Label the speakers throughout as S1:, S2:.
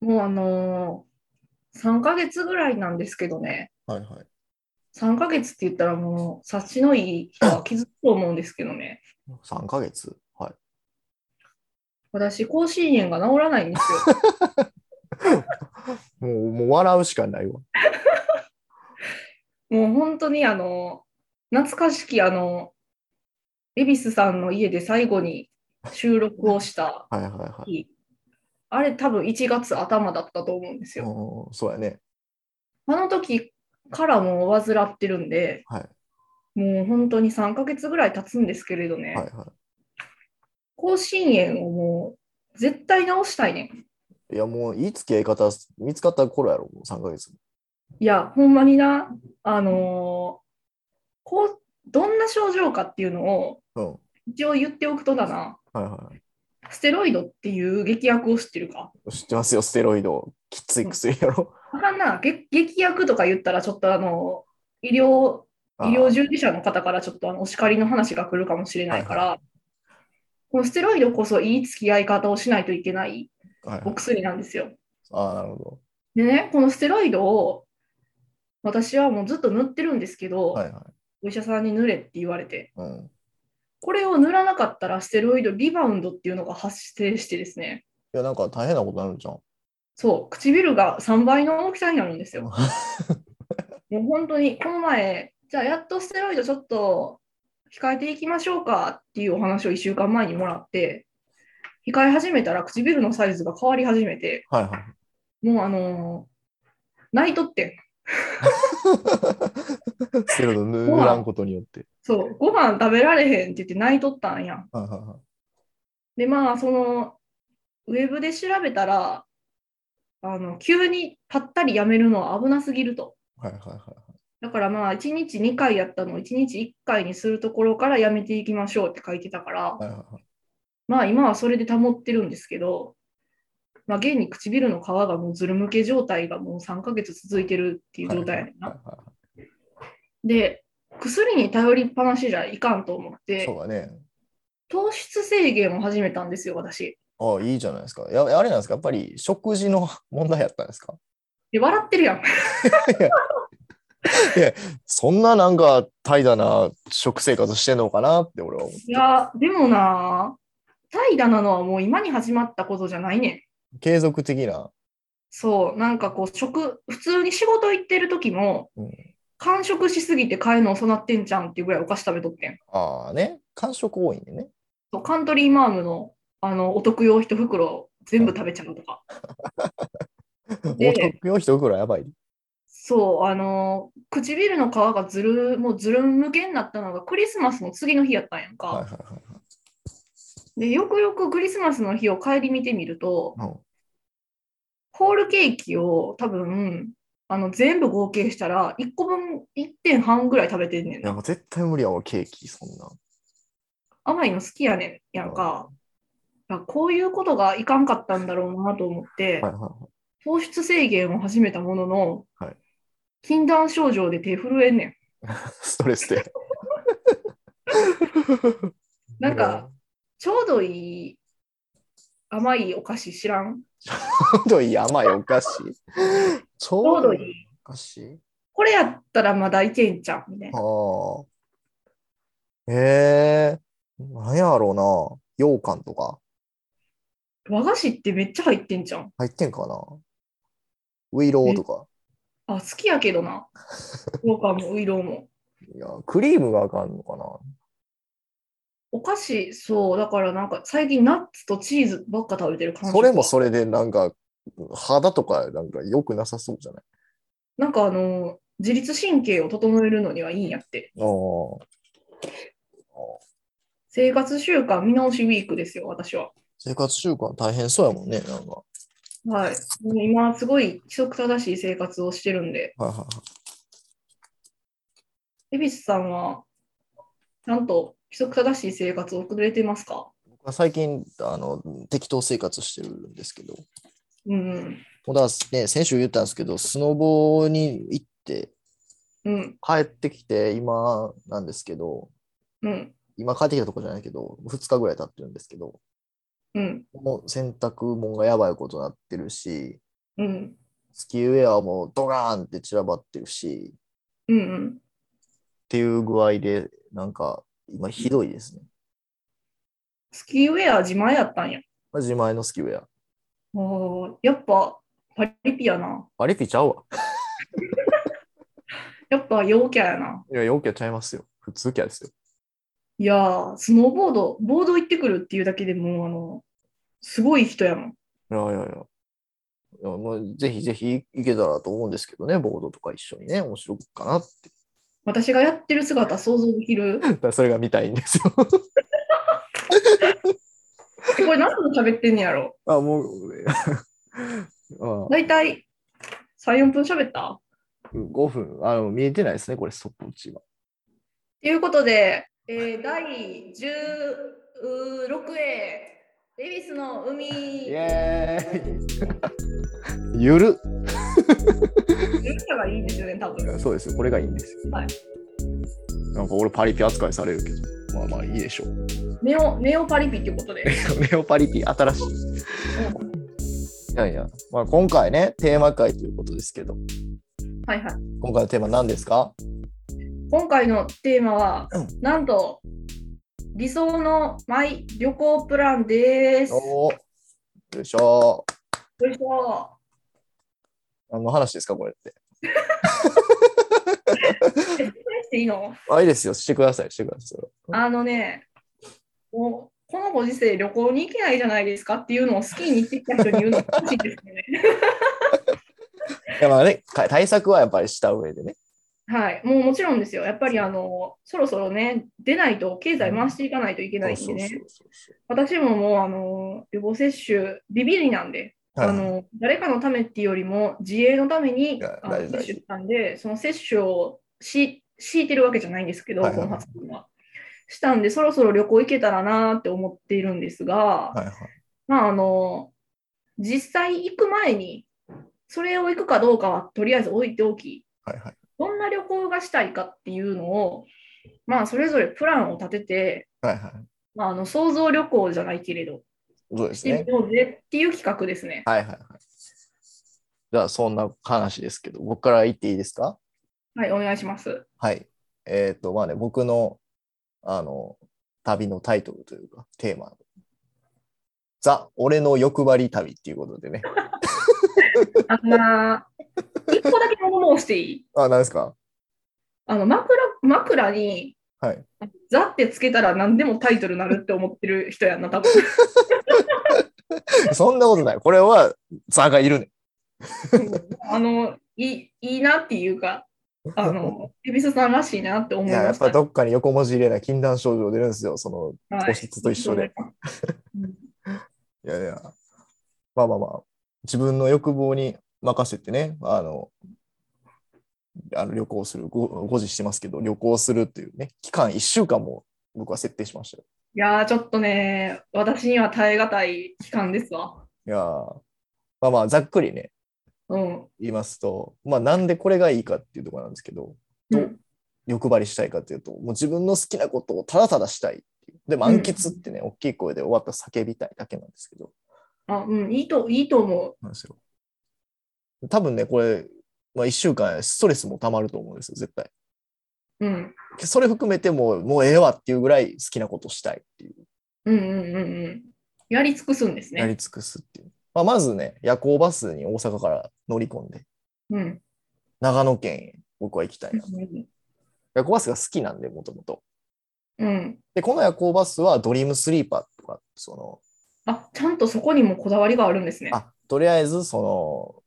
S1: もうあのー、3ヶ月ぐらいなんですけどね、
S2: はいはい。
S1: 3ヶ月って言ったらもう、察しのいい人は気づくと思うんですけどね、
S2: 3ヶ月はい。
S1: 私、甲子園が治らないんですよ。
S2: もう、もう笑うしかないわ。
S1: もう本当にあの、懐かしきあの、恵比寿さんの家で最後に収録をした
S2: はいはいはい。
S1: 日、あれ多分1月頭だったと思うんですよ。
S2: うん、そうやね。
S1: あの時からもう患ってるんで、
S2: はい
S1: もう本当に3ヶ月ぐらい経つんですけれどね、
S2: はいは
S1: 甲子園をもう絶対治したいねん。
S2: い。いや、もう、いい付き合い方、見つかった頃やろ、もう3ヶ月。
S1: いや、ほんまにな、あのーこう、どんな症状かっていうのを
S2: うん。はい
S1: 一応言っておくとだな、
S2: は
S1: ステロイドっていう劇薬を知ってるか。
S2: い。知ってますよ、ステロイド。きつい薬やろ。
S1: あかんな、げ劇薬とか言ったらちょっとあの、医療医療従事者の方からちょっとあのお叱りの話が来るかもしれないから、このステロイドこそいい付き合い方をしないといけない
S2: あーはいは
S1: お
S2: い、
S1: 薬なんですよ。
S2: あー、なるほ
S1: でね、このステロイドを私はもうずっと塗ってるんですけど、
S2: ど。はいはい。
S1: お医者さんに塗れって言われて、
S2: うん。
S1: これを塗らなかったらステロイドリバウンドっていうのが発生してですね、
S2: いや、なんか大変なことになるじゃん。
S1: そう、唇が3倍の大きさになるん ですよ。もう本当に、この前、じゃあやっとステロイドちょっと控えていきましょうかっていうお話を1週間前にもらって、控え始めたら唇のサイズが変わり始めて、
S2: はいはい。
S1: もうあのー泣いとってん
S2: ステロイド塗らんことによって。
S1: そう、ご飯食べられへんって言って泣いとったんやん。
S2: はいはいはい。
S1: で、まあ、その、ウェブで調べたら、あの急にぱったりやめるのは危なすぎると。
S2: はいはいはい。
S1: だからまあ、1日2回やったのを1日1回にするところからやめていきましょうって書いてたから、
S2: はいはいはい
S1: まあ今はそれで保ってるんですけど、まあ現に唇の皮がもうずるむけ状態がもう3ヶ月続いてるっていう状態やねん
S2: は
S1: な。
S2: いは
S1: で、薬に頼りっぱなしじゃいかんと思っ
S2: い。
S1: て
S2: そ、うだね。
S1: 糖質制限を始めたんですよ、私。
S2: ああ、いいじゃないですか。やあれなんですか、やっぱり食事の問題やったんですか。
S1: で、笑ってるやん。
S2: そんななんか怠惰な食生活してんのかなって俺は思う。
S1: いや、でもな、怠惰なのはもう今に始まったことじゃないねん。
S2: 継続的な。
S1: そう、なんかこう、食、普通に仕事行ってる時も
S2: うん、
S1: 完食しすぎて買えの遅なってんじゃんっていうぐらいお菓子食べとってん。
S2: ああね、間食多いんでね。
S1: そうカントリーマームのあのお得用一袋全部食べちゃうとか。で
S2: お得用一袋やばい。
S1: そう、あのー唇の皮がずる、もうずるむけになったのがクリスマスの次の日やったんやんか。
S2: はいはいはい。
S1: で、よくよくクリスマスの日を顧みてみると、
S2: うん
S1: ホールケーキを多分、あの全部合計したら1個分1点半ぐらい食べてんねん
S2: いや
S1: な。
S2: もう絶対無理やわ、ケーキ、そんな。
S1: 甘いの好きやねんやんか。だからこういうことがいかんかったんだろうなと思って、
S2: はいはいはい。
S1: 糖質制限を始めたものの、
S2: はい
S1: 禁断症状で手震えんねん。
S2: ストレスで。
S1: なんか、ちょうどいい甘いお菓子知らん
S2: ちょうどいい甘いお菓子。ち
S1: ちょ
S2: ょ
S1: う
S2: う
S1: ど
S2: ど
S1: い
S2: いい
S1: い。
S2: お菓子。
S1: これやったらまだいけんちゃうみたいな。
S2: ああ。ええー、なんやろうな。羊羹とか
S1: 和菓子ってめっちゃ入ってんじゃん。
S2: 入ってんかな。ウイローとか。
S1: あ、好きやけど な。ようかんも、ういろうも。
S2: いや、クリームがあかんのかな。
S1: お菓子、そう、だからなんか最近ナッツとチーズばっか食べてる感じ。
S2: それもそれでなんか肌とかなんか良くなさそうじゃない
S1: なんかあの、自律神経を整えるのにはいいんやって。
S2: ああ。
S1: 生活習慣見直しウィークですよ、私は。
S2: 生活習慣大変そうやもんね。なんか。
S1: はい。もう今、すごい規則正しい生活をしてるんで、
S2: はいはいはい。
S1: 恵比寿さんは、ちゃんと規則正しい生活を送れてますか
S2: 僕は最近あの適当生活してるんですけど。
S1: うん
S2: もうだからね、先週言ったんですけど、スノボに行って
S1: うん。うん。
S2: 帰ってきて今なんですけど、
S1: うん。
S2: 今帰ってきたとこじゃないけど、2日ぐらい経ってるんですけど、
S1: うん。
S2: もう洗濯物がやばいことになってるし、
S1: うん。
S2: スキーウェアもドガーンって散らばってるし、っ
S1: うんうん。
S2: ていう具合で、なんか、今ひどいですね。
S1: スキーウェア自前やったんや。
S2: まあ自前のスキーウェア。
S1: おーやっぱパリピやな。
S2: あれピちゃうわ。
S1: やっぱ陽キャやな。
S2: いや、陽キャちゃいますよ。普通キャですよ。
S1: いやー、スノーボード、ボード行ってくるっていうだけでもう、あの、すごい人やもん。
S2: いやいやいや。いやもうぜひぜひ行けたらと思うんですけどね、ボードとか一緒にね、面白くかなって。
S1: 私がやってる姿想像できる。
S2: だからそれが見たいんですよ。
S1: えこれ何分喋ってんねやろ。
S2: あ、もう、 あ
S1: だいたい3、4分喋った
S2: 5分あの、見えてないですね、これ、ストップウォッチが。
S1: ということで、えー第16회デビスの海
S2: イエーイ ゆる
S1: ゆるさがいいんですよね、多分。
S2: そうですよ、これがいいんですよ。
S1: はい
S2: なんか俺、パリピ扱いされるけど、まあまあいいでしょ う。
S1: ネオネオパリピっていうことで。
S2: ネオパリピ、新しい。いやいや、まあ、今回ね、テーマ会ということですけど、
S1: はいはい。
S2: 今回のテーマ何ですか
S1: 今回のテーマは、
S2: うん
S1: なんと理想のマイ旅行プランです。よ
S2: おーよいしょ
S1: いしょ。
S2: 何の話ですか、これって。
S1: していいの
S2: あ、いいですよ、してください、してください。それは
S1: あのね、もうこのご時世旅行に行けないじゃないですかっていうのをスキーに行ってきた人に言うのおかしいです よね。
S2: いやまあね、か対策はやっぱりした上でね。
S1: はい、もうもちろんですよ。やっぱりあのそろそろね、出ないと経済回していかないといけないんでね。
S2: そうそう
S1: 私ももうあの予防接種、ビビりなんで、
S2: はい
S1: あの誰かのためっていうよりも自衛のため
S2: い
S1: に
S2: や
S1: あの
S2: 大
S1: 接
S2: 事
S1: 種したんで、その接種をし強いてるわけじゃないんですけど、
S2: は
S1: こ
S2: いはい
S1: の発言は。したんで、そろそろ旅行行けたらなーって思っているんですが、
S2: はいはい。
S1: まああの実際行く前に、それを行くかどうかはとりあえず置いておき、
S2: はいはい。
S1: どんな旅行がしたいかっていうのを、まあ、それぞれプランを立てて、
S2: はいはい。
S1: まあ、あの想像旅行じゃないけれど、
S2: そうで
S1: し
S2: す
S1: て
S2: ね
S1: み。ようぜっていう企画ですね。
S2: はいはいはい。じゃあ、そんな話ですけど、僕から言っていいですか
S1: はい、お願いします。
S2: はい。えっ、と、まあね、僕の、あの、旅のタイトルというか、テーマ。ザ・俺の欲張り旅っていうことでね。
S1: あのな、一個だけ物申していい
S2: あ、なんですか
S1: あの枕枕に
S2: はい。
S1: ザってつけたら何でもタイトルなるって思ってる人やんな、 多分。
S2: そんなことない。これは、ザがいるね。
S1: あのいいいいなっていうか、あの、恵比寿さんらしいなって思
S2: い
S1: い
S2: や、や
S1: ま
S2: っ
S1: し
S2: ぱ
S1: た。
S2: どっかに横文字入れな禁断症状出るんですよ。その、
S1: はい
S2: 個室と一緒で。。
S1: うん
S2: いやいや、まあまあまあ、自分の欲望に任せてね、あの、あの旅行する、ごご自してますけど、旅行するっていうね、期間1週間も僕は設定しましたよ。
S1: いやー、ちょっとね、私には耐え難い期間ですわ。
S2: いやーまあまあ、ざっくりね、
S1: うん。
S2: 言いますと、まあなんでこれがいいかっていうところなんですけど、どう欲張りしたいかっていうと、もう自分の好きなことをただただしたいっていう。でも
S1: うん
S2: 満喫ってね、大きい声で終わったら叫びたいだけなんですけど、
S1: あ、うん、いいと、いいと思う。
S2: なんですよ。多分ね、これ、まあ、1週間ストレスもたまると思うんですよ、絶対。
S1: うん。
S2: それ含めてもう、もうええわっていうぐらい好きなことしたいっていう、
S1: うんうんうんうん。やり尽くすんです
S2: や
S1: ね。
S2: り尽くすっていう。まあ、まずね、夜行バスに大阪から乗り込んで、
S1: うん。
S2: 長野県へ僕は行きたいな。夜行バスが好きなんで、もともと。
S1: うん。
S2: で、この夜行バスはドリームスリーパーとか、その、
S1: あ、ちゃんとそこにもこだわりがあるんですね。
S2: あとりあえずその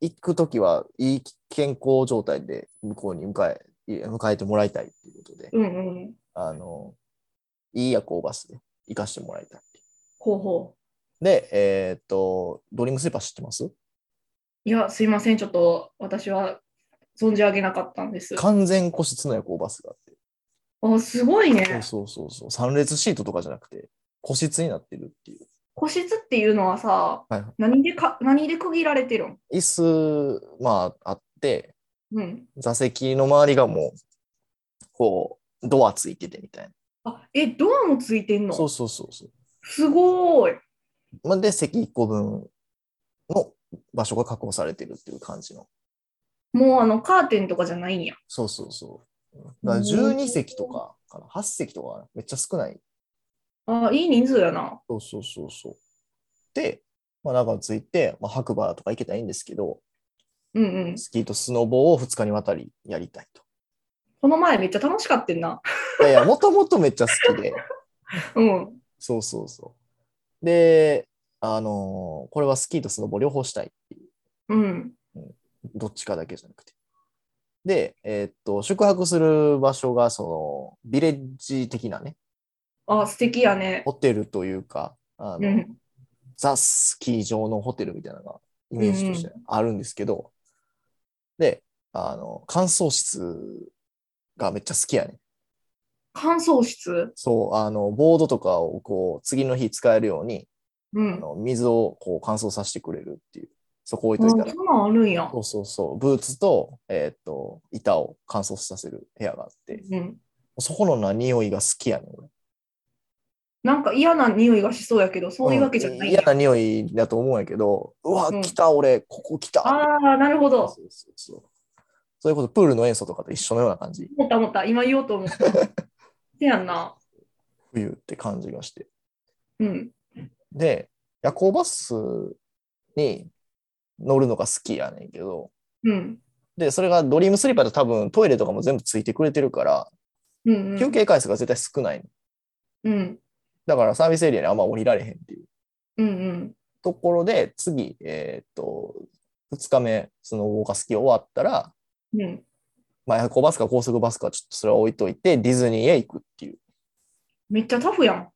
S2: 行く時はいい健康状態で向こうに迎え迎えてもらいたいっていうことで、
S1: うんうん。
S2: あのいい夜行バスで行かしてもらいたい。
S1: ほうほ
S2: で、えーっと、ドリームスリーパー知ってます
S1: う。いや、すいません。ちょっと私は存じ上げなかったんです。
S2: 完全個室の夜行バスがあっ
S1: あ、すごい
S2: て、
S1: ね。
S2: そうそうそうそう、3列シートとかじゃなくて、個室になってるっていう。
S1: 個室っていうのはさ、
S2: はいはい
S1: 何でか、何で区切られてるん
S2: 椅子、まあ、あって、
S1: うん。
S2: 座席の周りがもう、こう、ドアついててみたい
S1: あ、え、ドアもついてん
S2: な。
S1: の
S2: そうそうそうそう。
S1: すごーい。
S2: まあで、席1個分の場所が確保されてるっていう感じの。
S1: もうあのカーテンとかじゃないんや。
S2: そうそうそう。だから12席とかかな、8席とかかなめっちゃ少ない。
S1: あいい人数やな。
S2: そうそうそうそう。で、まあ、中ついて、まあ、白馬とか行けたらいいんですけど、
S1: うんうん。
S2: スキーとスノボを2日にわたりやりたいと。
S1: この前めっちゃ楽しかったんな。
S2: いやいや、 もともとめっちゃ好きで、
S1: うん。
S2: そうそうそう。で、あのーこれはスキーとスノボ両方したいっていう、
S1: うん。
S2: どっちかだけじゃなくて。で、えーっと、宿泊する場所が、その、ビレッジ的なね、
S1: あ素敵やね。
S2: ホテルというか、あ
S1: う
S2: の
S1: ん。
S2: ザ・スキー場のホテルみたいなのがイメージとしてあるんですけど、で、あの、乾燥室がめっちゃ好きやね。
S1: 乾燥室
S2: そう、あの、ボードとかをこう、次の日使えるように、
S1: う
S2: あ
S1: ん。あ
S2: の水をこう乾燥させてくれるっていう、そこ置い
S1: そ
S2: とい
S1: ん
S2: たら、
S1: なんあるんや
S2: そ。うそうそう、ブーツと、えーっと、板を乾燥させる部屋があって、
S1: うん。
S2: そこのな匂いが好きやねん俺
S1: なんか嫌な匂いがしそうやけど、そういうわけじゃ
S2: う
S1: なんいんや
S2: 嫌な匂いだと思うんやけど、うわ、
S1: うん
S2: 来た、俺、ここ来たって
S1: ああ、なるほど
S2: そ。うそうそう。そういうこと、プールの塩素とかと一緒のような感じ、
S1: 思った思った。今言おうと思った。せやんな。
S2: 冬って感じがして。
S1: うん。
S2: で、夜行バスに乗るのが好きやねんけど、
S1: うん。
S2: で、それがドリームスリーパーで多分トイレとかも全部ついてくれてるから、
S1: うん、うん。
S2: 休憩回数が絶対少ないの。
S1: うん。
S2: だからサービスエリアにあんま降りられへんっていう
S1: うんうん。
S2: ところで、次、えーっと、2日目、その豪華スキー終わったら、
S1: うん。
S2: まあ、夜行バスか高速バスかちょっとそれは置いといて、ディズニーへ行くっていう。
S1: めっちゃタフやん。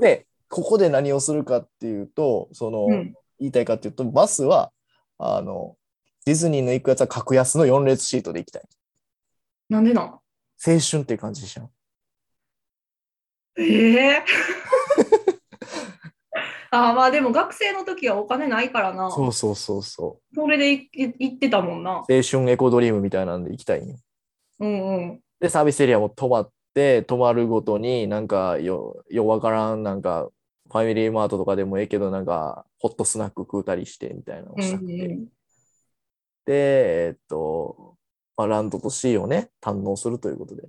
S2: で、ここで何をするかっていうと、その、
S1: うん。
S2: 言いたいかっていうと、バスは、あの、ディズニーの行くやつは格安の4列シートで行きたい。
S1: なんでなん
S2: 青春っていう感じでしょ。
S1: ええ あーまあでも学生の時はお金ないからな。
S2: そ
S1: そう
S2: そうそうそう。
S1: れでいい行ってたもんな。
S2: 青春エコドリームみたいなんで行きたいね。
S1: うんうん。
S2: で、サービスエリアも泊まって、泊まるごとになんかよ、ようわからん、なんか、ファミリーマートとかでもええけど、なんか、ホットスナック食うたりしてみたいなのを
S1: うん
S2: した
S1: う
S2: くて。
S1: ん、
S2: で、えっと、まあ、ランドとシーをね、堪能するということで。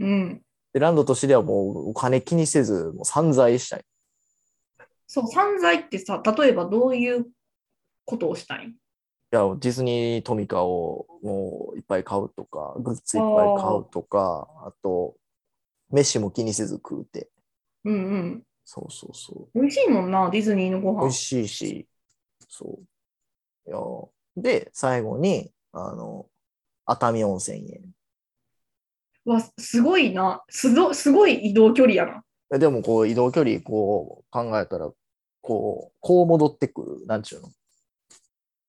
S1: うん。
S2: で、ランドとシーではもうお金気にせず、もう散財したい。
S1: そう、散財ってさ、例えばどういうことをしたい
S2: いや、ディズニートミカをもういっぱい買うとか、グッズいっぱい買うとか、あと、飯も気にせず食うて。
S1: うんうん。
S2: そうそうそ
S1: 美味しいもんな、ディズニーのご
S2: う。美
S1: 飯。
S2: 味しいし、そう。いやで、最後に、あの、熱海温泉へ。いう
S1: わ、すごいな。すごすごい移動距離やな。
S2: やでも、こう、移動距離、こう、考えたら、こう、こう戻ってくる、なんちゅうの。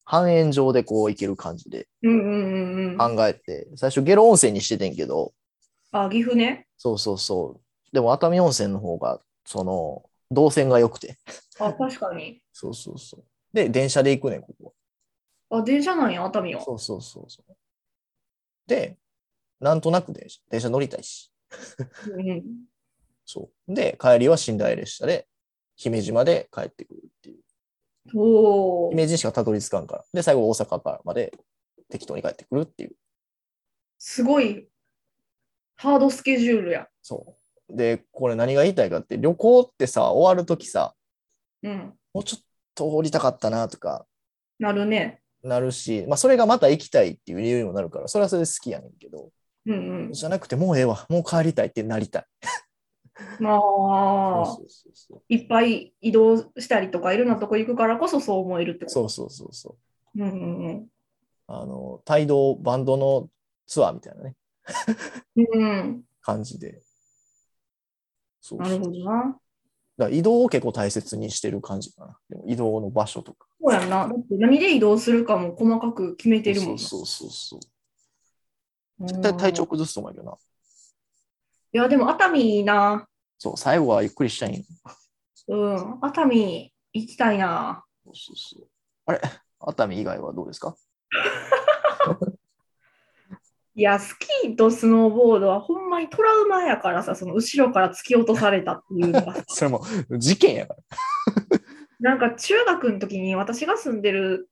S2: 半円状でこう行ける感じで
S1: うんうんうんうん。
S2: 考えて、最初ゲロ温泉にしててんけど、
S1: あ、岐阜ね。
S2: そうそうそう。でも熱海温泉の方が、その、動線が良くて。
S1: あ、確かに。
S2: そうそうそう。で、電車で行くねん、ここ
S1: あ、電車なんや、熱海
S2: は。
S1: は。
S2: そうそうそうそう。で、なんとなく電車電車乗りたいし。
S1: うんうん、
S2: そう。で、帰りは寝台列車で、姫路まで帰ってくるっていう。
S1: おー
S2: 姫路にしかたどり着かんから。で、最後大阪からまで適当に帰ってくるっていう。
S1: すごいハードスケジュールや。
S2: そう。で、これ何が言いたいかって、旅行ってさ、終わるときさ、
S1: うん。
S2: もうちょっと降りたかったなとか、
S1: なるね。
S2: なるし、まあ、それがまた行きたいっていう理由にもなるから、それはそれで好きやねんけど、
S1: うん
S2: じゃなくて、もうええわ、もう帰りたいってなりたい。
S1: うん。まあ
S2: そ、うそうそう
S1: いっぱい移動したりとかいろんなとこ行くからこそそう思えるってこと。
S2: そう。そうそうそうそう。
S1: うんうん
S2: あの、帯同バンドのツアーみたいなね、
S1: うん。うん。
S2: 感じで。そう
S1: な
S2: そう
S1: るほどな。
S2: だから移動を結構大切にしてる感じかな。でも移動の場所とか。
S1: そうやんな。だって何で移動するかも細かく決めてるもんな。
S2: そうそうそうそう。
S1: うん
S2: 絶対体調崩すと思うけどな。
S1: いや、でも熱海いいな。
S2: そう、最後はゆっくりしたいんよ
S1: うん。熱海行きたいな。
S2: そうそうそう。あれ熱海以外はどうですか
S1: いや、スキーとスノーボードはほんまにトラウマや からさ、その後ろから突き落とされたっていうのが
S2: それも事件やから。
S1: なんか中学の時に私が住んでる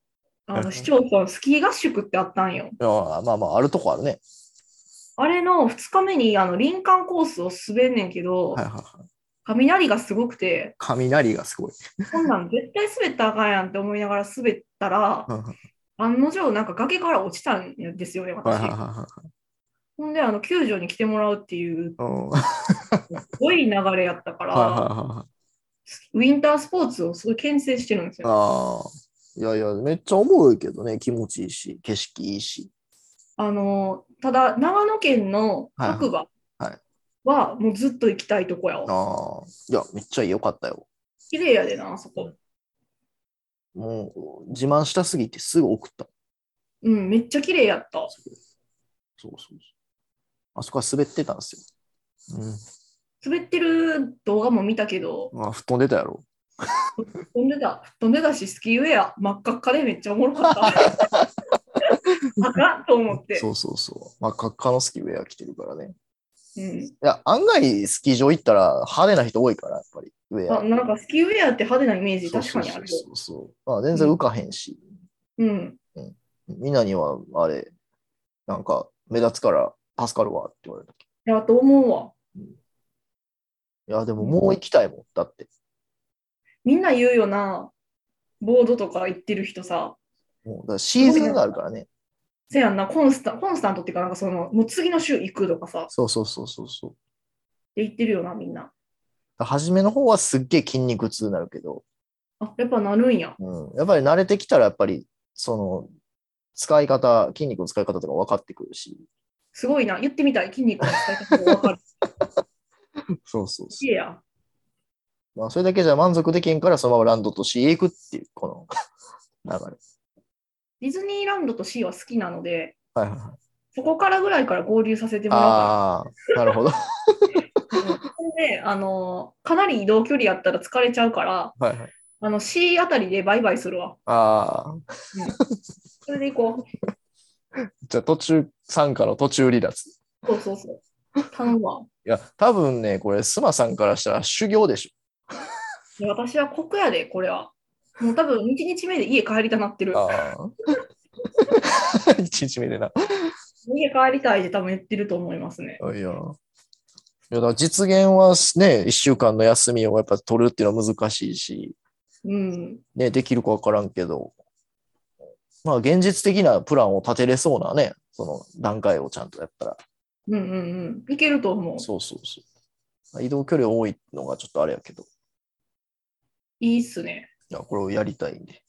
S1: あ
S2: はい
S1: の市町村スキー合宿ってあったんよ。
S2: ああまあまあ、あるとこあるね。
S1: あれの2日目にあの林間コースを滑んねんけど、
S2: はいはいはい。
S1: 雷がすごくて、
S2: 雷がすごい。
S1: こんなん絶対滑ったらあかんやんって思いながら滑ったら、
S2: はいはい
S1: 案の定なんか崖から落ちたんですよね、私。
S2: はいは
S1: ほんで、あの救助に来てもらうっていう、
S2: いはいうんはい
S1: すごい流れやったから、
S2: はいはいは
S1: ウ
S2: い。
S1: ィンタースポーツをすごい牽制してるんですよ。
S2: ああ。いやいや、めっちゃおもろいけどね、気持ちいいし、景色いいし。
S1: あのただ、長野県の白馬
S2: はいはい
S1: はもうずっと行きたいとこやわ。
S2: ああ。いや、めっちゃ良かったよ。
S1: 綺麗やでな、あそこ。
S2: もう、自慢したすぎてすぐ送った。
S1: うん、めっちゃ綺麗やった。
S2: そうそうそう。あそこは滑ってたんですよ。
S1: 滑ってる動画も見たけど、
S2: うん。あ、吹っ飛んでたやろ。
S1: 飛んでた、飛んでたし、スキーウェア真っ赤っかでめっちゃおもろかった。あ かんと思って。
S2: そうそうそう。まあ、カッカのスキーウェア着てるからね。
S1: うん
S2: いや、案外スキー場行ったら派手な人多いから、やっぱり、ウェ
S1: あ
S2: ア。
S1: なんかスキーウェアって派手なイメージ確かにある。
S2: そうそうそうそう。まあ、全然浮かへんし、
S1: うん。
S2: みんなには、あれ、なんか、目立つから助かるわって言われた。
S1: やと思うわ。
S2: いや、でももう行きたいもん。だって、
S1: みんな言うよな、ボードとか行ってる人さ、
S2: もう、だからシーズンがあるからね。
S1: せやんな、コンスタンコンスタントっていうか、なんかその、もう次の週行くとかさ、っ
S2: そうそうそうそうそう。
S1: て言ってるよな、みんな。
S2: だから初めの方はすっげえ筋肉痛になるけど、
S1: あ、やっぱなるんや。
S2: うん、やっぱり慣れてきたら、やっぱり、その、使い方、筋肉の使い方とか分かってくるし。
S1: すごいな、言ってみたい、筋肉の使い方が分かる。
S2: そうそうそ
S1: いや、
S2: う。まあ、それだけじゃ満足できんから、そのままランドとしへ行くっていう、この 流れ。
S1: ディズニーランドと C は好きなので、
S2: はいはいはい。
S1: そこからぐらいから合流させてもら
S2: ああ、なるほど。
S1: うから。うんで、あの、かなり移動距離やったら疲れちゃうから、
S2: はいはい。
S1: あの C あたりでバイバイするわ。
S2: ああ、
S1: それで行こ
S2: じゃあ途中、参加の途中離脱。
S1: う。そうそうそう。頼むわ。
S2: いや、多分ね、これ、スマさんからしたら修行でし
S1: いや私は酷やで、これは。もう多分1日目で家帰りたなってる
S2: ょ。。ああ。1日目 でな。
S1: 家帰りたいで多分言ってると思いますね。
S2: いや。いや、だから実現はね、1週間の休みをやっぱ取るっていうのは難しいし、
S1: うん。
S2: ね、できるか分からんけど、まあ、現実的なプランを立てれそうなね、その段階をちゃんとやったら。
S1: うんうんうん。いけると思う。
S2: そうそうそう。移動距離多いのがちょっとあれやけど、
S1: いいっすね。
S2: いや、これをやりたいんで。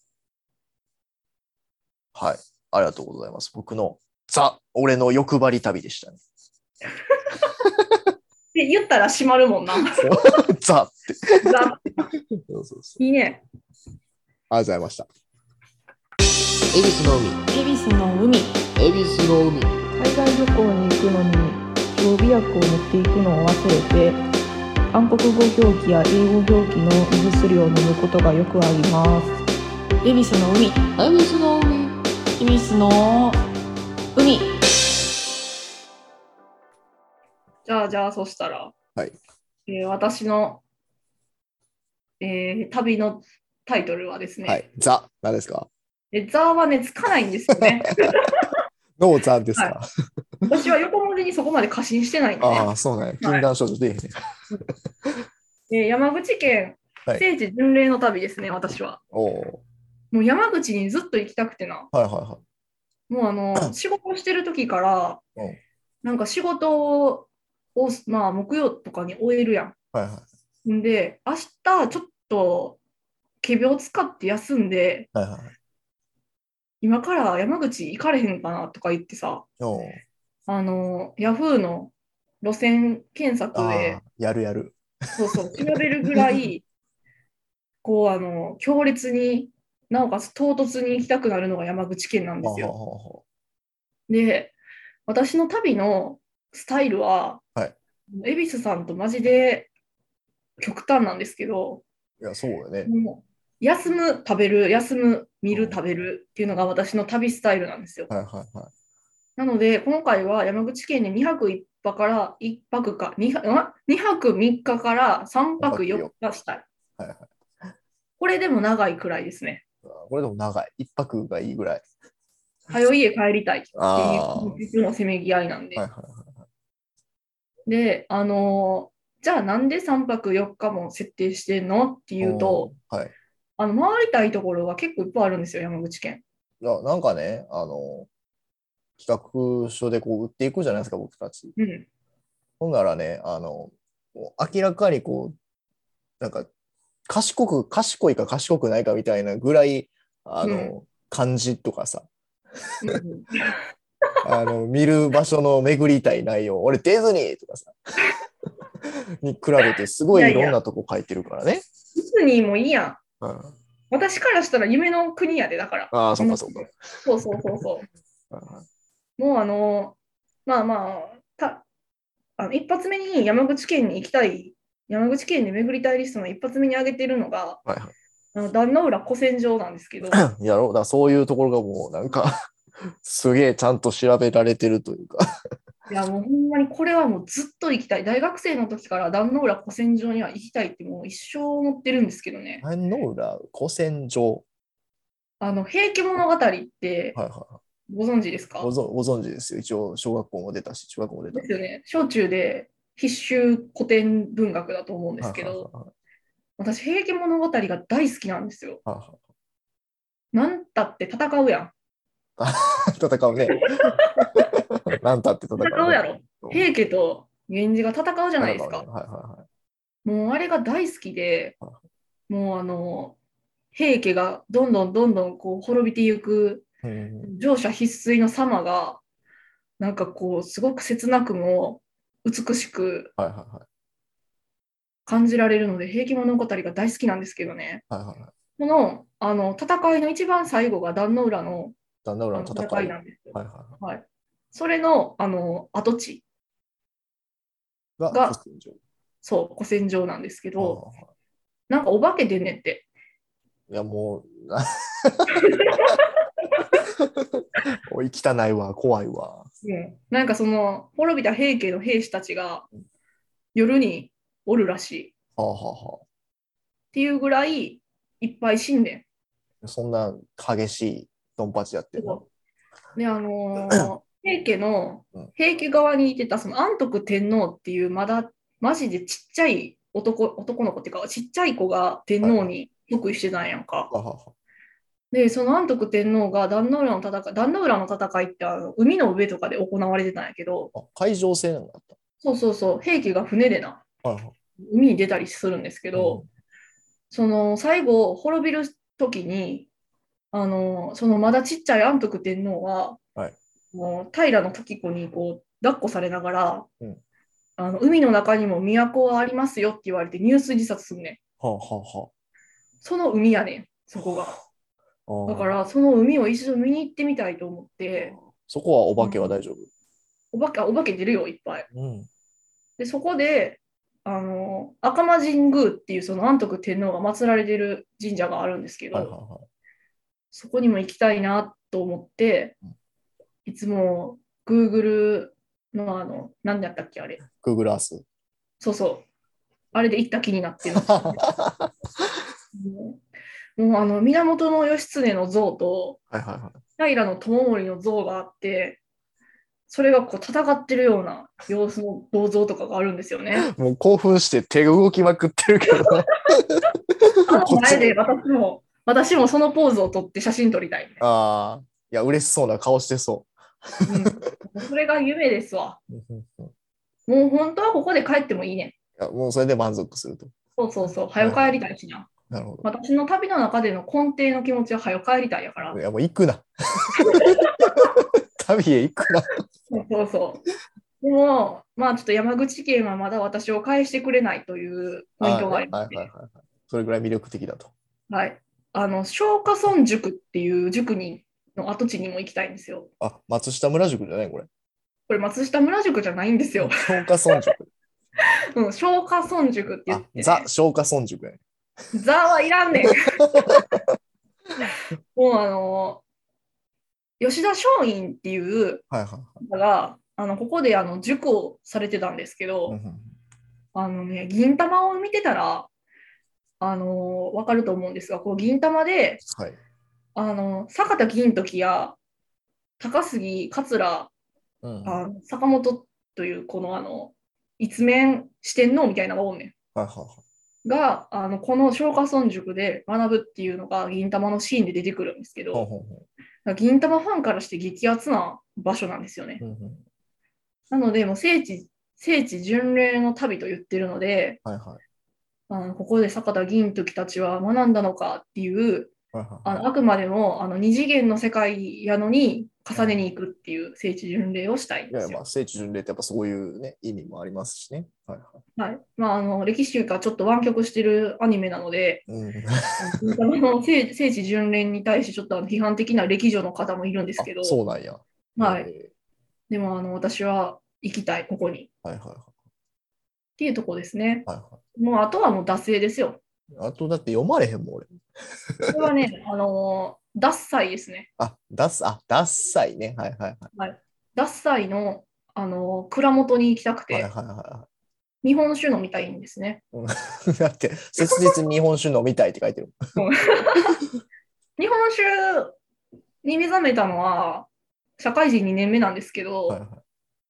S2: はい。ありがとうございます。僕のザ、俺の欲張り旅でしたね。
S1: で、言ったら閉まるもん な。
S2: ザって。
S1: ザ
S2: そうそうそう。
S1: いいね。
S2: ありがとうございました。恵比寿の海。
S1: 恵比寿の海。
S2: 恵比寿の海。
S1: 海外旅行に行くのに常備薬を持っていくのを忘れて韓国語表記や英語表記の胃薬を飲むことがよくあります恵比寿の海恵比寿の海恵比寿の海じゃあじゃあそしたら、
S2: はい
S1: えー私の、えー旅のタイトルはですね、
S2: はい。ザ、何ですか
S1: えザーはねつかないんですよ ね
S2: ノーザですか、
S1: 私は横文字にそこまで過信してないんでね、
S2: ああ、そうなんや。禁断症状でいいね。
S1: えー山口県
S2: はい
S1: 聖地巡礼の旅ですね、私は。
S2: おお
S1: もう山口にずっと行きたくてな、
S2: ー。はいはいは
S1: もうあの仕事してる時から
S2: うん、
S1: なんか仕事を、まあ、木曜とかに終えるや
S2: い。はいはい。
S1: ん。んで、明日ちょっと、仮病使って休んで、
S2: はいはい。
S1: 今から山口行かれへんかなとか言ってさ、
S2: おー
S1: あの、ヤフーの路線検索
S2: あ
S1: で
S2: あ、、やるやる。
S1: そうそう、調べるぐらい、 こう、あの、強烈に、なおかつ唐突に行きたくなるのが山口県なんで
S2: は
S1: す
S2: あは
S1: よ。
S2: あは
S1: で、私の旅のスタイルは、
S2: はい
S1: 恵比寿さんとマジで極端なんですけど、
S2: あいや、そうよね。
S1: もう休む、食べる、休む、見る、食べるっていうのが私の旅スタイルなんですよ。
S2: はいはいはい。
S1: なので、今回は山口県で2泊1泊から1泊か2泊、ん2泊3日から3泊4日したい。
S2: はいはい
S1: これでも長いくらいですね。
S2: これでも長い。一泊がいいぐらい。
S1: 早い家帰りたいっていう
S2: あー
S1: いつもせめぎ合いなんで。
S2: はいはいはい。
S1: で、あのーじゃあなんで3泊4日も設定してんのっていうと、
S2: はい。
S1: あの回りたいところが結構いっぱいあるんですよ、山口県。
S2: いや、なんかね、あの、企画書でこう売っていくじゃないですか、僕たち。
S1: うん。
S2: ほんならね、あの、もう明らかにこう、なんか、賢く、賢いか賢くないかみたいなぐらい、あの、
S1: うん
S2: 漢字とかさ、
S1: うん
S2: あの、見る場所の巡りたい内容、俺ディズニーとかさ、 に比べてすご
S1: いや
S2: い
S1: い
S2: い
S1: や
S2: ろんなとこ書いてるからね。
S1: ディズニーもいいやん。
S2: うん
S1: 私からしたら夢の国やで、だから。
S2: ああ、そうかそうか。
S1: そうそうそうそう。
S2: うん
S1: もうあの、まあまあ、たあの一発目に山口県に行きたい、山口県で巡りたいリストの一発目に挙げてるのが、
S2: はいは
S1: あの壇ノ浦古戦場なんですけど、
S2: い。 やろう。だからそういうところがもうなんか、 すげえちゃんと調べられてるというか。
S1: いやもうほんまにこれはもうずっと行きたい。大学生の時から壇ノ浦古戦場には行きたいってもう一生思ってるんですけどね。
S2: 壇ノ浦古戦場。
S1: あの、平家物語って
S2: はいはい。
S1: ご存知ですか
S2: ごぞご存知ですよ。一応、小学校も出たし、中学校も出た。
S1: ですよね。小中で必修古典文学だと思うんですけど、
S2: は
S1: 私、平家物語が大好きなんですよ。
S2: いはいはいはい
S1: なんたって戦うやん。
S2: 戦うね。 なんたって戦う、ね。
S1: 戦うやろ。
S2: そう
S1: 平家と源氏が戦うじゃないですか。
S2: 戦うねはいはいはい。
S1: もうあれが大好きで
S2: はい、
S1: もうあの、平家がどんどんどんどんこう滅びていく
S2: うん
S1: 乗車必須の様が、なんかこう、すごく切なくも美しく
S2: はいは
S1: 感じられるので、平家物語が大好きなんですけどね。
S2: いはい。はいはいはい。
S1: このあの戦いの一番最後が壇ノ浦の
S2: 壇ノ
S1: あ
S2: 浦
S1: の
S2: の戦い。
S1: 戦
S2: はいい
S1: なんですよ。
S2: はいは
S1: はい、それのあの跡地、
S2: い。が
S1: が
S2: 古戦場。
S1: そう、古戦場なんですけ
S2: はい
S1: ど、
S2: はいはい
S1: なんかお化け出んねんって。
S2: いやもう、 なおい、汚いわ、怖いわ。
S1: うん、なんかその滅びた平家の兵士たちが夜におるらしいっ
S2: はあは
S1: ていうぐらいいっぱい死んで
S2: あはあ、そんな激しいドンパチやってるの。
S1: ん。であのー平家の
S2: うん
S1: 平家側にいてたその安徳天皇っていうまだマジでちっちゃい男男の子っていうかちっちゃい子が天皇に即位してたんやんか。
S2: はあはあはあ
S1: でその安徳天皇が壇ノ浦の戦い壇ノ浦の戦いってあの海の上とかで行われてたんやけど
S2: あ海上戦なんだっ
S1: そうそうそう平家が船でな
S2: た。はいはい。
S1: 海に出たりするんですけど。その最後滅びる時にあのそのまだちっちゃい安徳天皇は、
S2: はい
S1: もう平の時子にこう抱っこされながら、
S2: うん
S1: あの海の中にも都はありますよって言われて入水自殺すんねん
S2: はあは
S1: その海やねんそこが
S2: あはあ。、
S1: だかららその海を一度見に行ってみたいと思って
S2: そこはお化けは大丈夫。
S1: お化けお化け出るよいっぱい
S2: うん。
S1: でそこであの赤間神宮っていうその安徳天皇が祀られてる神社があるんですけど、
S2: はいはいは
S1: そこにも行きたいなと思って
S2: うん、
S1: いつも Google のあの、何だったっけあれ。
S2: い。Google Earth。
S1: そうそう。あれで行った気になってる。
S2: は
S1: もうもうあの、源義経の像と、
S2: いはいは
S1: 平の智盛の像があって、それがこう戦ってるような様子の銅像とかがあるんですよね。
S2: い。もう興奮して手が動きまくってるけ どね。
S1: あの
S2: こっち
S1: 前で私も、私もそのポーズを撮って写真撮りたい。
S2: ああ。いや、嬉しそうな顔してそ
S1: うん、それが夢ですわ。
S2: う。うんうんうんい
S1: もう本当はここで帰ってもいいねん。
S2: や、もうそれで満足すると。
S1: そうそうそう。早く帰りたいしな。
S2: なるほど。
S1: 私の旅の中での根底の気持ちは早く帰りたいやから
S2: い。や、もう行くな。 旅へ行くな。
S1: そうそうそう。でも、まあちょっと山口県はまだ私を返してくれないというポイントがありま
S2: は
S1: し
S2: い
S1: て、
S2: はいはいはい。それぐらい魅力的だと。
S1: はい。あの、松下村塾っていう塾にの跡地にも行きたいんですよ。
S2: あ、松下村塾じゃないこれ。
S1: これ、松下村塾じゃないんですよ。
S2: 松下村塾。
S1: うん、松下村塾って言っ
S2: あ
S1: て、、ね、
S2: ザ・松下村塾やね。
S1: ザはいらん ねん。もうあの、吉田松陰っていう
S2: はいはいはい。
S1: 方が、あのここであの塾をされてたんですけど、
S2: うんうん
S1: あのね、銀玉を見てたら、あの分かると思うんですが、こう銀玉で
S2: はい。
S1: あの坂田銀時や高杉桂
S2: うん。はい
S1: あの坂本というこのあの一面四天王みたいなのがおんねん。
S2: はいは
S1: があのこの松下村塾で学ぶっていうのが銀玉のシーンで出てくるんですけ
S2: い。ほう
S1: ど、
S2: ほうほ
S1: 銀玉ファンからして激アツな場所なんですよね
S2: う。。うんうん。
S1: なので、もう聖地、聖地巡礼の旅と言ってるので、
S2: はいはい。
S1: あのここで坂田銀時たちは学んだのかっていう、
S2: はいはい
S1: あのあくまでもあの二次元の世界やのに重ねに行くっていう聖地巡礼をしたいん
S2: い
S1: で
S2: やいや
S1: すよ。
S2: まあ、聖地巡礼ってやっぱそういうね、意味もありますしね。はいはい。
S1: はいまあ、あの歴史というかちょっと湾曲してるアニメなので、
S2: うん。
S1: 銀玉の聖聖地巡礼に対してちょっとあの批判的な歴女の方もいるんですけど
S2: あ、そうなんや。
S1: は
S2: え
S1: い、でもあの私は行きたい、ここにっ
S2: ー。はいはいは
S1: ていうとこですね。
S2: い。はいは
S1: もうあとはもう惰性ですよ。
S2: い、あとだって読まれへんもん俺。
S1: これは ね、あのー、ダッサイですね。
S2: あ、ダッサ、あ、ダッサイね。はいはい
S1: ダッサイの、あのー蔵元に行きたく
S2: はい。はい
S1: て、
S2: はいは
S1: 日本酒飲みたいんですね。
S2: い。 だって、切実に日本酒飲みたいって書いてる。
S1: 日本酒に目覚めたのは、社会人2年目なんですけど、
S2: はいはい、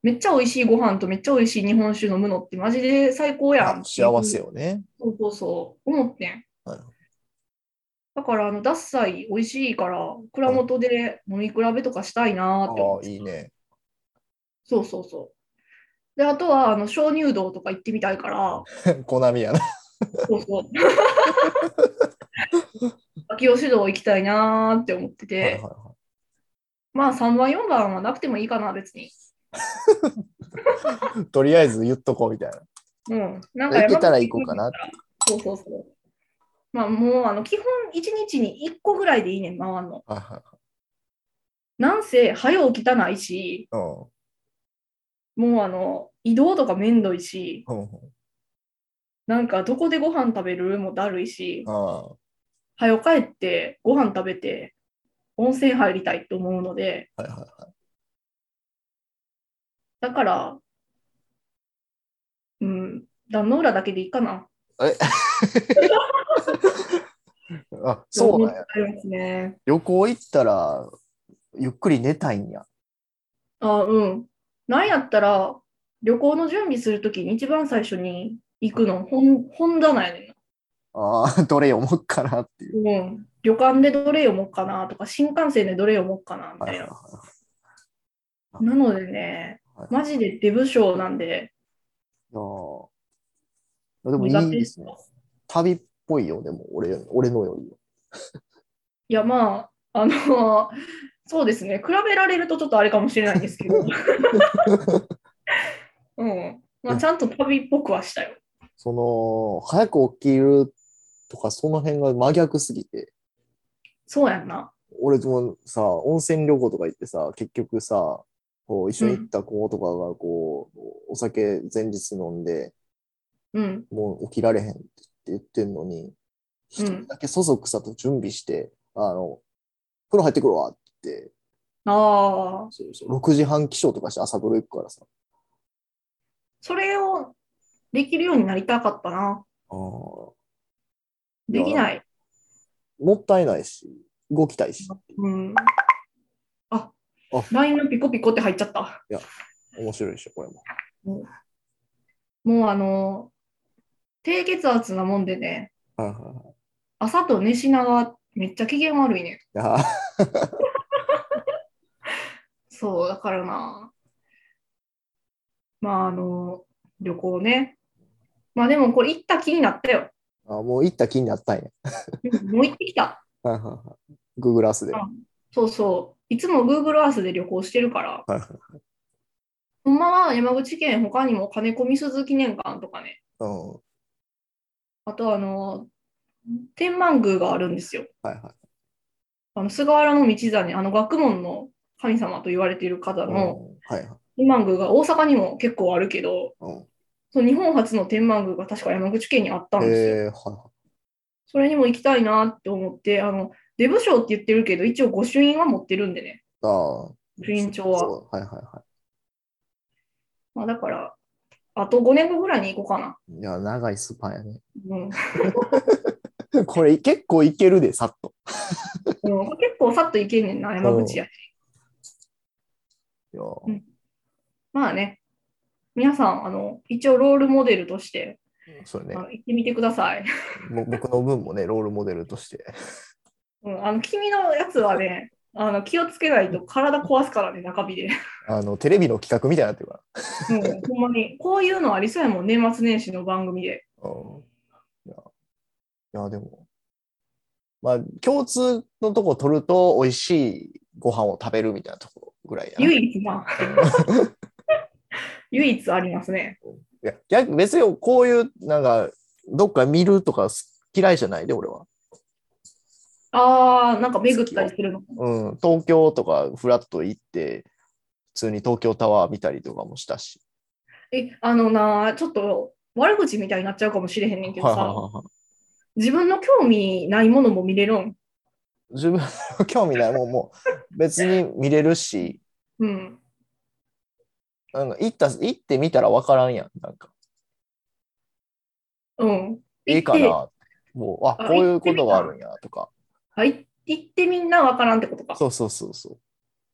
S1: めっちゃ美味しいご飯とめっちゃ美味しい日本酒飲むのってマジで最高やん。
S2: あ幸せ。よね。
S1: そうそうそう、思ってん
S2: はい。
S1: だからあの、ダッサイ美味しいから、蔵元で飲み比べとかしたいなーって思っ
S2: ああ、
S1: て
S2: いいね。
S1: そうそうそう。で、あとは、あの、鍾乳洞とか行ってみたいから、
S2: コナミやな。
S1: そう そう。秋吉堂行きたいなーって思ってて、
S2: はいはいは
S1: まあ3番、4番はなくてもいいかな、別に。
S2: い、とりあえず言っとこうみたいな。
S1: うん。なんか
S2: 行けたら行こ
S1: 山
S2: うかな。
S1: 口そうそうそう。まあもう、あの、基本1日に1個ぐらいでいいねん、回んの。
S2: はいはい
S1: なんせ、早起きたないし、
S2: うん
S1: もうあの、移動とかめんどいし、
S2: うんうん
S1: なんかどこでご飯食べるもだるいし、
S2: あ
S1: 早よ帰ってご飯食べて温泉入りたいと思うので
S2: あはいはいはい
S1: だからうん壇ノ浦だけでいいかな
S2: あそうなん
S1: ね
S2: や。
S1: ますね
S2: 旅行行ったら、ゆっくり寝たいんや。
S1: あうんなんやったら旅行の準備するときに一番最初に行くの本本棚やね
S2: ああ、 どれ読もうかなっていう。
S1: んな、うん、旅館でどれ読もうかなとか新幹線でどれ読もうかなみ
S2: は
S1: た
S2: い
S1: い
S2: はい
S1: なな
S2: は
S1: のでね
S2: はい
S1: マジでデブ症なんで
S2: いいやーでもいいですね。旅っぽいよ、でも俺俺のより。
S1: いや、まあ、あの、 そうですね、比べられるとちょっとあれかもしれないんです けど、うん、まあ、ちゃんと旅っぽくはしたよ。
S2: その、早く起きるとか、その辺が真逆すぎて。
S1: そうやんな。
S2: 俺もさ、温泉旅行とか行ってさ、結局さ、こう一緒に行った子とかがこう、お酒前日飲んで、
S1: うん、
S2: もう起きられへんって言ってんのに、一人だけそそくさと準備して、あの、風呂入ってくるわって、
S1: ああ、
S2: そうそう6時半起床とかして朝風呂行くからさ、
S1: それをできるようになりたかったな。
S2: あー
S1: できない。
S2: もったいないし、動きたいし、
S1: うん。あ
S2: あ
S1: LINE のピコピコって入っちゃった。
S2: 面白いでしょ、これも。
S1: もう、あの、低血圧なもんでね、
S2: はいはいはい
S1: 朝と寝しながめっちゃ機嫌悪いね。
S2: いやー。
S1: そう、だからな。まあ、あの、旅行ね。まあでもこれ行った気になったよ。
S2: あもう行った気になったんや。
S1: もう行ってきた。
S2: はいはいはい。Google Earth で。
S1: あそうそう。いつも Google Earth で旅行してるから。
S2: はいはい
S1: ほんまは山口県他にも金子みすず記念館とかね。
S2: うん。は
S1: あとあの、天満宮があるんですよ。
S2: いはい。
S1: あの菅原道真、あの学問の神様と言われている方
S2: うん
S1: の
S2: はいはい。
S1: 天満宮が大阪にも結構あるけど、
S2: うん。
S1: その日本初の天満宮が確か山口県にあったんですよ。
S2: えー、は
S1: それにも行きたいなって思って、あの、デブ賞って言ってるけど、一応御朱印は持ってるんでね。
S2: いはい。ああ。
S1: 朱印帳は
S2: そうはいはいはい。
S1: まあ、だから、あと5年後ぐらいに行こうかな。
S2: いや、長いスパンやね。
S1: うん
S2: これ結構いけるで、さっと。
S1: うん、結構さっといけんねんな、山口やし。
S2: いや
S1: まあね、皆さん、あの一応ロールモデルとして、
S2: そうね
S1: あ。の行ってみてください。
S2: も僕の分もね、ロールモデルとして。
S1: うん、あの君のやつはね、あの気をつけないと体壊すからね、中日で。
S2: あの、テレビの企画みたいになってるか
S1: うん、ほんまに、こういうのありそうやもん、年末年始の番組で。
S2: ら。うん。いや、いやでも、まあ、共通のとこ取ると、美味しいご飯を食べるみたいなとこぐらいやな。
S1: 唯一 な。唯一ありますね。
S2: いや逆別にこういうなんかどっか見るとかす嫌いじゃないで俺は、
S1: あー、なんか巡ったりするの。
S2: うん、東京とかフラッと行って普通に東京タワー見たりとかもしたし
S1: え、あのな、ちょっと悪口みたいになっちゃうかもしれへんねんけど
S2: はい
S1: さ、
S2: はいはいはい
S1: 自分の興味ないものも見れるん。
S2: 自分の興味ないもんもう別に見れるし
S1: うん。
S2: あの行った行ってみたら分からんやんなんか
S1: うん。
S2: いいか
S1: 行っ
S2: なもうあ
S1: あ
S2: こういうことがあるんやとか
S1: はい。行ってみんなわからんってことか。
S2: そうそうそうそう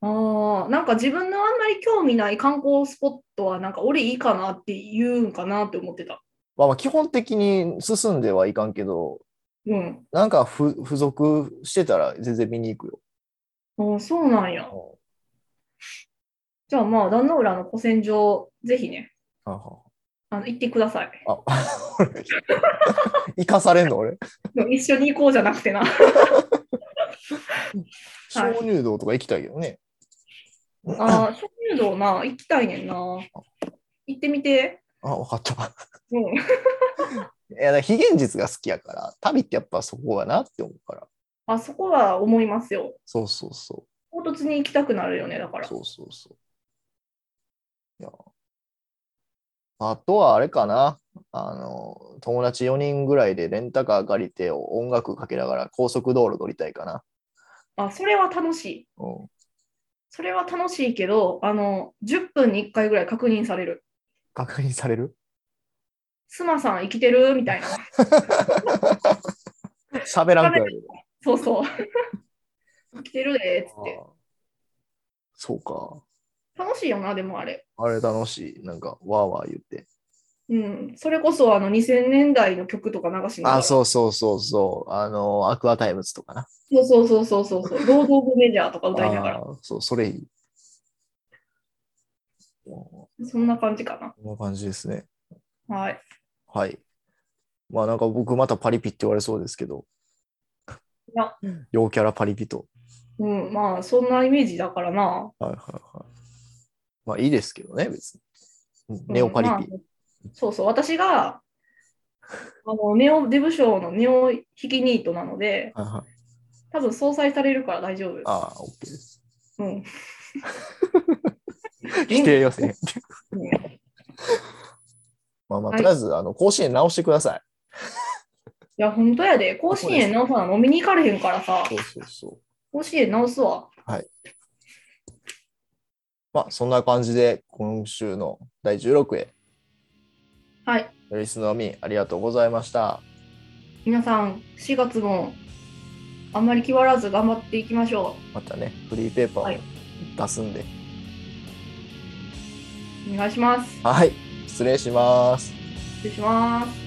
S1: ああ、なんか自分のあんまり興味ない観光スポットは、なんか俺いいかなって言うんかなって思ってた。
S2: まあ、まあ基本的に進んではいかんけど
S1: うん。
S2: なんか付付属してたら全然見に行くよ
S1: ああ、そうなんや。じゃあまあ、壇ノ浦の古戦場、ぜひね、
S2: はいはい
S1: あの行ってください。
S2: あ、 俺、生かされんの俺。
S1: 一緒に行こうじゃなくてな。
S2: 鍾乳洞とか行きたいけどね。
S1: ああ、鍾乳洞な、行きたいねんな。行ってみて。
S2: あ、分かった。
S1: うん。
S2: いや、だから非現実が好きやから、旅ってやっぱそこやなって思うから。
S1: あそこは思いますよ。
S2: そうそうそ
S1: 唐突に行きたくなるよね、だか
S2: う。
S1: ら。
S2: そうそうそう。いや。あとはあれかな。あの、友達4人ぐらいでレンタカー借りて音楽かけながら高速道路乗りたいかな。
S1: あ、それは楽しい。
S2: うん。
S1: それは楽しいけど、あの、10分に1回ぐらい確認される。
S2: 確認され る
S1: スマさん生きてるみたい な。
S2: 喋らんくなる。
S1: そうそう。生きてるで、つって。
S2: あーそうか。
S1: 楽しいよな、でもあれ。
S2: あれ楽しい。なんか、わーわー言って。
S1: うん。それこそ、あの、2000年代の曲とか流しながら
S2: あ、そうそうそうそう。あの、アクアタイムズとかな。
S1: そうそうそうそうそうそう。ロード・オブ・メジャーとか歌いながら。
S2: あーそう、それいい。こ
S1: そんな感じか
S2: んな感じですね。
S1: な。はい。
S2: はい。まあなんか僕またパリピって言われそうですけど
S1: いや。
S2: 陽キャラパリピと。
S1: うん。まあ、そんなイメージだからな。
S2: はいはいはい。まあいいですけどね、別に。ネオパリピ。
S1: うんまあそうそう、私が、あの、ネオデブ賞のネオヒキニートなので、
S2: はいはい
S1: 多分相殺されるから大丈夫。
S2: ああ、OK です。
S1: うん。
S2: 否定 予選。
S1: うん
S2: まあまあ、
S1: はい
S2: とりあえず、あの、甲子園直してください。
S1: いや、本当やで。甲子園直さな飲みに行かれへんからさ。
S2: そうそうそう。
S1: 甲子園直すわ。
S2: まあそんな感じで、今週の第16へ。
S1: はい。
S2: リスのみありがとうございました。
S1: 皆さん、4月もあんまり気張らず頑張っていきましょ
S2: またね、フリーペーパ
S1: は
S2: ー
S1: い
S2: を出すんで。
S1: う。お願いします。
S2: はい、失礼します。
S1: 失礼します。